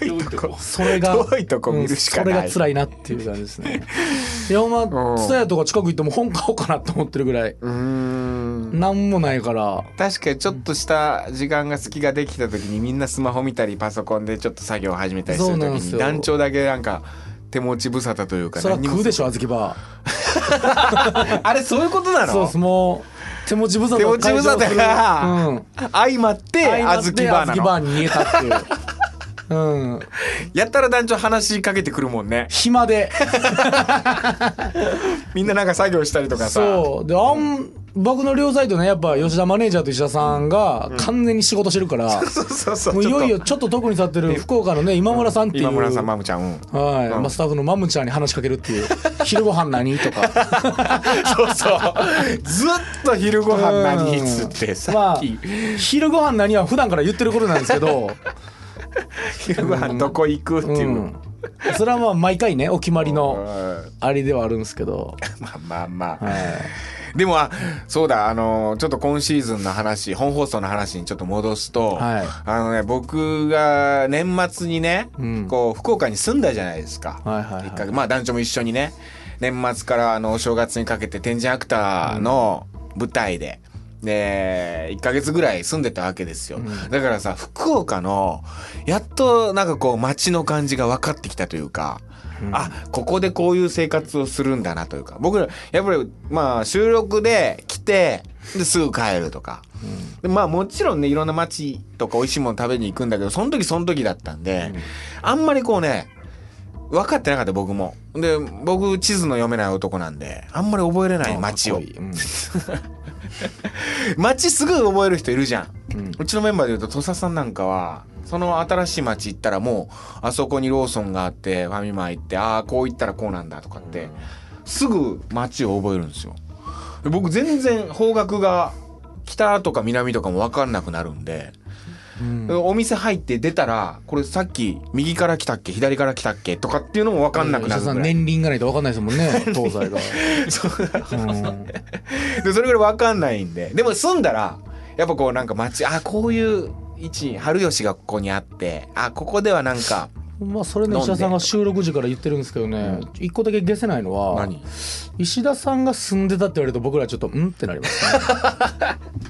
[SPEAKER 1] 遠いとこ
[SPEAKER 2] それが
[SPEAKER 1] 遠いとこ見るしかない
[SPEAKER 2] うんそれが辛いなっていう感じです ねいやほん
[SPEAKER 1] うん
[SPEAKER 2] ま蔦屋とか近く行っても本買おうかなと思ってるぐらい
[SPEAKER 1] うん
[SPEAKER 2] 何もないから
[SPEAKER 1] 確かにちょっとした時間が隙ができた時にみんなスマホ見たりパソコンでちょっと作業を始めたりする
[SPEAKER 2] そうなん
[SPEAKER 1] 時
[SPEAKER 2] です
[SPEAKER 1] に
[SPEAKER 2] よ
[SPEAKER 1] 団長だけなんか手持ち無沙汰というか
[SPEAKER 2] それは
[SPEAKER 1] 何に
[SPEAKER 2] 食
[SPEAKER 1] も
[SPEAKER 2] うでしょ小豆バ
[SPEAKER 1] あれそういうことな
[SPEAKER 2] ーそうで
[SPEAKER 1] の
[SPEAKER 2] すもう手持ち無沙汰を解消する
[SPEAKER 1] 手持ち無沙汰が
[SPEAKER 2] うん
[SPEAKER 1] 相まってあずきバーな
[SPEAKER 2] 小豆バー
[SPEAKER 1] の
[SPEAKER 2] に逃げたっていう うん
[SPEAKER 1] やったら団長話しかけてくるもんね
[SPEAKER 2] 暇で
[SPEAKER 1] みんななんか作業したりとかさ
[SPEAKER 2] そうであん僕の両サイドねやっぱ吉田マネージャーと石田さんが完全に仕事してるから、
[SPEAKER 1] そうそうそう
[SPEAKER 2] もうい
[SPEAKER 1] ちょっ
[SPEAKER 2] よ
[SPEAKER 1] と
[SPEAKER 2] いよちょっと特に立ってる福岡のね今村さんっていう、
[SPEAKER 1] 今村さんマムちゃんうん
[SPEAKER 2] はい、
[SPEAKER 1] うん
[SPEAKER 2] まあ、スタッフのマムちゃんに話しかけるっていう 「昼ご飯何?」とか
[SPEAKER 1] そうそうずっと昼ご飯何っつってさ
[SPEAKER 2] ま
[SPEAKER 1] っ
[SPEAKER 2] あ
[SPEAKER 1] き
[SPEAKER 2] 「昼ご飯何?」は普段から言ってることなんです けど、
[SPEAKER 1] 昼ご飯どこ行くって
[SPEAKER 2] う
[SPEAKER 1] い
[SPEAKER 2] ん
[SPEAKER 1] う、
[SPEAKER 2] それはまあ毎回ねお決まり
[SPEAKER 1] う
[SPEAKER 2] の
[SPEAKER 1] ん
[SPEAKER 2] あれではあるんですけど、
[SPEAKER 1] まあまあまあ、
[SPEAKER 2] はい、
[SPEAKER 1] でもあそうだあのちょっと今シーズンの話本放送の話にちょっと戻すと、
[SPEAKER 2] はい
[SPEAKER 1] あのね僕が年末にね、
[SPEAKER 2] うん
[SPEAKER 1] こう福岡に住んだじゃないですか、
[SPEAKER 2] はいはいはい
[SPEAKER 1] 一回まあ団長も一緒にね年末からあのお正月にかけて天神アクターの舞台で。で1ヶ月ぐらい住んでたわけですよ、だからさ福岡のやっとなんかこう街の感じが分かってきたというか、あここでこういう生活をするんだなというか僕らやっぱりまあ収録で来てですぐ帰るとか、でまあもちろんねいろんな街とか美味しいもの食べに行くんだけどその時その時だったんで、あんまりこうね分かってなかった僕もで僕地図の読めない男なんであんまり覚えれない街
[SPEAKER 2] かっ
[SPEAKER 1] を
[SPEAKER 2] こいいうん
[SPEAKER 1] 街すぐ覚える人いるじゃん、う
[SPEAKER 2] うん
[SPEAKER 1] ちのメンバーでいうと土佐さんなんかはその新しい街行ったらもうあそこにローソンがあってファミマ行ってああこう行ったらこうなんだとかって、すぐ街を覚えるんですよで僕全然方角が北とか南とかも分かんなくなるんで、
[SPEAKER 2] うん
[SPEAKER 1] お店入って出たらこれさっき右から来たっけ左から来たっけとかっていうのも分かんなくなる
[SPEAKER 2] 石田さ
[SPEAKER 1] ぐ
[SPEAKER 2] ん
[SPEAKER 1] らい、
[SPEAKER 2] 年輪がないと分かんないですもんね東 西が
[SPEAKER 1] そう
[SPEAKER 2] うん
[SPEAKER 1] でそれぐらい分かんないんででも住んだらやっぱこうなんか街あこういう位置に春吉がここにあってあここではなんか
[SPEAKER 2] まあそれね石田さんが収録時から言ってるんですけどね一個だけ消せないのは石田さんが住んでたって言われると僕らちょっとうんってなりますね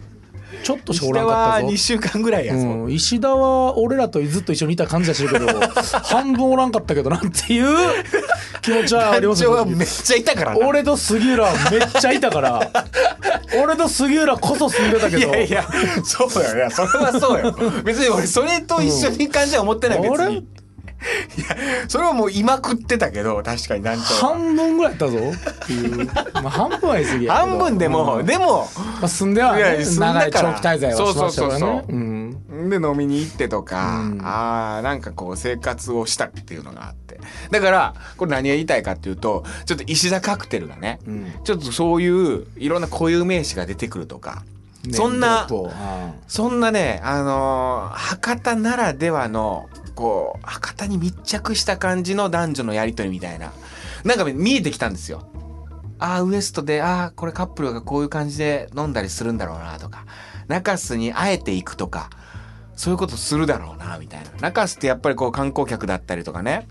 [SPEAKER 2] ちょっとしかおらんかったぞ
[SPEAKER 1] 2週間ぐらいや、
[SPEAKER 2] うん、石田は俺らとずっと一緒にいた感じはしてるけ ど半分おらんかったけどなんていう 気持ちはあり
[SPEAKER 1] 団
[SPEAKER 2] ます
[SPEAKER 1] 長
[SPEAKER 2] よ
[SPEAKER 1] はめっちゃいたからな
[SPEAKER 2] 俺と杉浦はめっちゃいたから俺と杉浦こそ住んでたけ
[SPEAKER 1] い
[SPEAKER 2] ど
[SPEAKER 1] やいやそうよいやそれはそうよ別に俺それと一緒に感じは思ってない別
[SPEAKER 2] あれ
[SPEAKER 1] にいやそれはもう今食ってたけど確かに団長は
[SPEAKER 2] 半分ぐらいやったぞっていう、まあ、半分は言い過ぎやけど
[SPEAKER 1] 半分でも、
[SPEAKER 2] うんま
[SPEAKER 1] でも
[SPEAKER 2] あ、住んでは、
[SPEAKER 1] いや
[SPEAKER 2] ね、
[SPEAKER 1] 住んだから
[SPEAKER 2] 長い長期滞在はしましたからね
[SPEAKER 1] そうそうそうそう
[SPEAKER 2] うん
[SPEAKER 1] で飲みに行ってとか、
[SPEAKER 2] うん
[SPEAKER 1] あーなんかこう生活をしたっていうのがあってだからこれ何が言いたいかっていうとちょっと石田カクテルがね、
[SPEAKER 2] うん
[SPEAKER 1] ちょっとそういういろんな固有名詞が出てくるとか、
[SPEAKER 2] ね
[SPEAKER 1] そんな
[SPEAKER 2] ちょっとあ
[SPEAKER 1] そんなねあのー博多ならではのこう博多に密着した感じの男女のやり取りみたいななんか見えてきたんですよ。ああウエストでああこれカップルがこういう感じで飲んだりするんだろうなとか中洲にあえて行くとかそういうことするだろうなみたいな中洲ってやっぱりこう観光客だったりとかね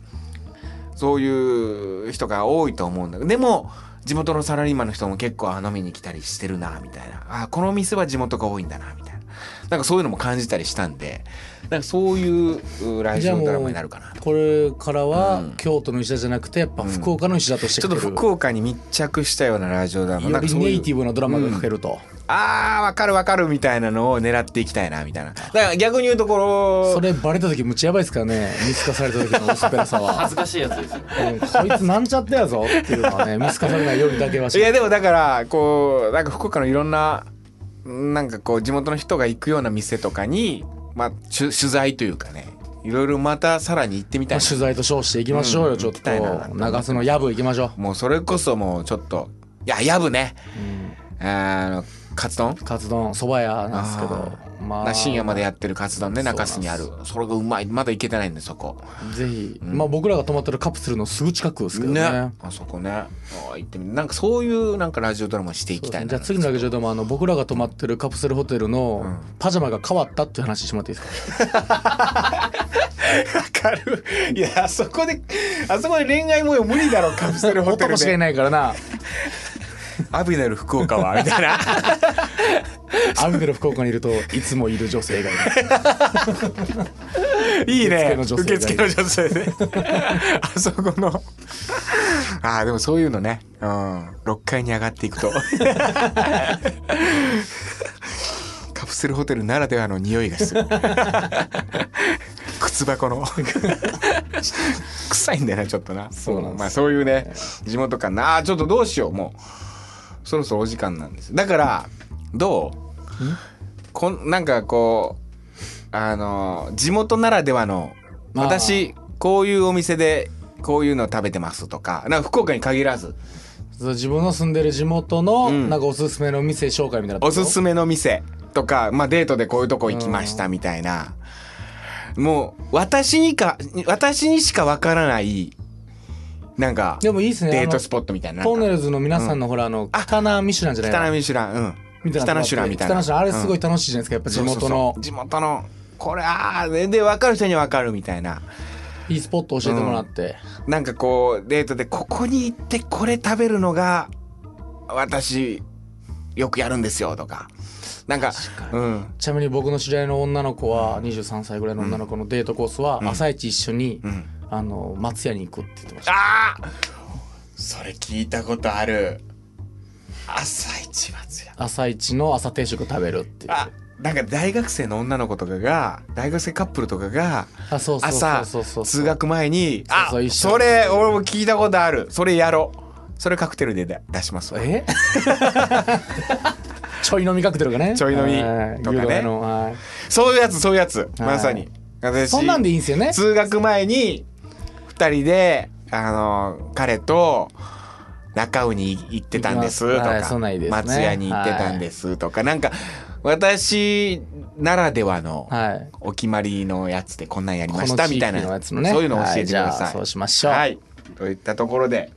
[SPEAKER 1] そういう人が多いと思うんだけどでも地元のサラリーマンの人も結構あ飲みに来たりしてるなみたいなあこの店は地元が多いんだなみたいななんかそういうのも感じたりしたんでなんかそういううラジオドラマになるかなと
[SPEAKER 2] これからは
[SPEAKER 1] うん
[SPEAKER 2] 京都の石田じゃなくてやっぱ福岡の石田として
[SPEAKER 1] ちょ
[SPEAKER 2] 書
[SPEAKER 1] っ
[SPEAKER 2] け
[SPEAKER 1] と
[SPEAKER 2] る、
[SPEAKER 1] 福岡に密着したようなラジオドラマ
[SPEAKER 2] よ
[SPEAKER 1] なんか
[SPEAKER 2] り
[SPEAKER 1] そういう
[SPEAKER 2] ネイティブなドラマが書けると、
[SPEAKER 1] あーわかるわかるみたいなのを狙っていきたいなみたいなだから逆に言うところ
[SPEAKER 2] それバレた時むっちゃやばいですからね見透かされた時の薄っぺらさは
[SPEAKER 3] 恥ずかしいやつですよ
[SPEAKER 2] うんこいつなんちゃってやぞっていうのはね見透かされないようにだけはし
[SPEAKER 1] いやでもだからこうなんか福岡のいろんななんかこう地元の人が行くような店とかにまあちゅ取材というかねいろいろまたさらに行ってみたい
[SPEAKER 2] まあ
[SPEAKER 1] な
[SPEAKER 2] 取材と称していきましょうよ、
[SPEAKER 1] うん
[SPEAKER 2] ちょっ
[SPEAKER 1] 行きたいな
[SPEAKER 2] と長洲の藪行きましょ
[SPEAKER 1] もうそれこそもうちょっといややぶね
[SPEAKER 2] う、うん、
[SPEAKER 1] あのカツ丼
[SPEAKER 2] カツ丼そば屋なんですけど
[SPEAKER 1] あ
[SPEAKER 2] ま
[SPEAKER 1] な
[SPEAKER 2] あ
[SPEAKER 1] 深夜までやってるカツ丼ね
[SPEAKER 2] そうなん
[SPEAKER 1] 中
[SPEAKER 2] です
[SPEAKER 1] 洲にあるそれがうまいまだ行けてないんでそこ
[SPEAKER 2] ぜひ、
[SPEAKER 1] うん
[SPEAKER 2] まあ僕らが泊まってるカプセルのすぐ近くですけどね
[SPEAKER 1] あそこねあー行ってみなんかそういうなんかラジオドラマしてい
[SPEAKER 2] そう
[SPEAKER 1] きた
[SPEAKER 2] です
[SPEAKER 1] い
[SPEAKER 2] ね
[SPEAKER 1] な
[SPEAKER 2] じゃあ次のラジオでもあの僕らが泊まってるカプセルホテルの
[SPEAKER 1] うん
[SPEAKER 2] パジャマが変わったっていう話してもらっていいですか
[SPEAKER 1] わかるいやあそこであそこで恋愛模様無理だろカプセ ルホテ
[SPEAKER 2] 男
[SPEAKER 1] ル
[SPEAKER 2] しかい
[SPEAKER 1] で
[SPEAKER 2] ないからな
[SPEAKER 1] アビナル福岡はみたいな
[SPEAKER 2] アンデル福岡にいるといつもいる女性がいる
[SPEAKER 1] いいね受付
[SPEAKER 2] 受付
[SPEAKER 1] の女性で あそこのああでもそういうのねうん6階に上がっていくと カプセルホテルならではの匂いが する靴箱の臭いんだよなちょっとな
[SPEAKER 2] そうなんです
[SPEAKER 1] まあそういうね地元感なあーちょっとどうしようもうそろそろお時間なんですだからどうこんなんかこうあのー地元ならではの
[SPEAKER 2] あー
[SPEAKER 1] 私こういうお店でこういうの食べてますとかなんか福岡に限らず
[SPEAKER 2] そう自分の住んでる地元の
[SPEAKER 1] うん
[SPEAKER 2] なんかおすすめの店紹介みたいな
[SPEAKER 1] おすす
[SPEAKER 2] め
[SPEAKER 1] めの店とか、まあ、デートでこういうとこ行きましたみたいなもう私にか私にしかわからないなんか
[SPEAKER 2] でもいいですね
[SPEAKER 1] デー
[SPEAKER 2] あの
[SPEAKER 1] トスポットみたいななん
[SPEAKER 2] トン
[SPEAKER 1] か
[SPEAKER 2] ネルズの皆さんのほらあの北なミシュランじゃない
[SPEAKER 1] 北
[SPEAKER 2] な
[SPEAKER 1] のミシュランうん
[SPEAKER 2] みたいな
[SPEAKER 1] 北のシュランみたいな
[SPEAKER 2] 北のシュランあれすご
[SPEAKER 1] うん
[SPEAKER 2] い楽しいじゃないですかやっぱ地
[SPEAKER 1] そ
[SPEAKER 2] 元
[SPEAKER 1] うそう
[SPEAKER 2] の
[SPEAKER 1] そう地元のこれああでで分かる人には分かるみたいない
[SPEAKER 2] いスポット教えてもらって、
[SPEAKER 1] なんかこうデートでここに行ってこれ食べるのが私よくやるんですよとかなんか
[SPEAKER 2] 確か
[SPEAKER 1] うん
[SPEAKER 2] ちなみに僕の知り合いの女の子は23歳ぐらいの女の子のデートコースは
[SPEAKER 1] うん
[SPEAKER 2] 朝一一緒に、
[SPEAKER 1] うん
[SPEAKER 2] あの松屋に行くって言ってました
[SPEAKER 1] ああそれ聞いたことある朝一松屋
[SPEAKER 2] 朝一の朝定食食べるっていう
[SPEAKER 1] あなんか大学生の女の子とかが大学生カップルとかが
[SPEAKER 2] あそうそう
[SPEAKER 1] 朝
[SPEAKER 2] そうそうそう
[SPEAKER 1] 通学前に「
[SPEAKER 2] そうそう
[SPEAKER 1] あ
[SPEAKER 2] 一緒
[SPEAKER 1] それ俺も聞いたことあるそれやろう」それカクテルで出出しますわ
[SPEAKER 2] え ちょい飲みカクテルがね
[SPEAKER 1] ちょい飲み
[SPEAKER 2] はい
[SPEAKER 1] とかね
[SPEAKER 2] 牛丼屋のはい
[SPEAKER 1] そういうやつそういうやつ
[SPEAKER 2] はい
[SPEAKER 1] まさに私
[SPEAKER 2] そんなんでいいんですよね
[SPEAKER 1] 通学前に2人であの彼と中尾に行ってたんですと
[SPEAKER 2] 行きますは
[SPEAKER 1] か
[SPEAKER 2] いそうなんですね
[SPEAKER 1] 松屋に行ってたんですとかなんか私ならではの
[SPEAKER 2] はい
[SPEAKER 1] お決まりのやつでこんなんやり
[SPEAKER 2] こ
[SPEAKER 1] ま
[SPEAKER 2] の
[SPEAKER 1] した
[SPEAKER 2] 地
[SPEAKER 1] みたい
[SPEAKER 2] 域
[SPEAKER 1] な
[SPEAKER 2] のやつもね
[SPEAKER 1] そういうのを教えてくだ
[SPEAKER 2] はいじゃ
[SPEAKER 1] さ
[SPEAKER 2] あ
[SPEAKER 1] い。
[SPEAKER 2] そうしましょう
[SPEAKER 1] はい、といったところで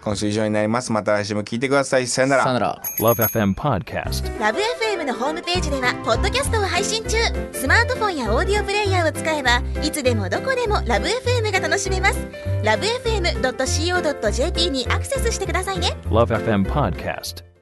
[SPEAKER 1] 今週以上になりますまた来週も聞いてくださいさよなら
[SPEAKER 2] さよなら
[SPEAKER 3] Love FM Podcast.
[SPEAKER 4] ラブ f m のホームページではポッドキャストを配信中スマートフォンやオーディオプレイヤーを使えばいつでもどこでもラブ f m が楽しめますラブ FM.co.jp にアクセスしてくださいね
[SPEAKER 3] Love FM Podcast.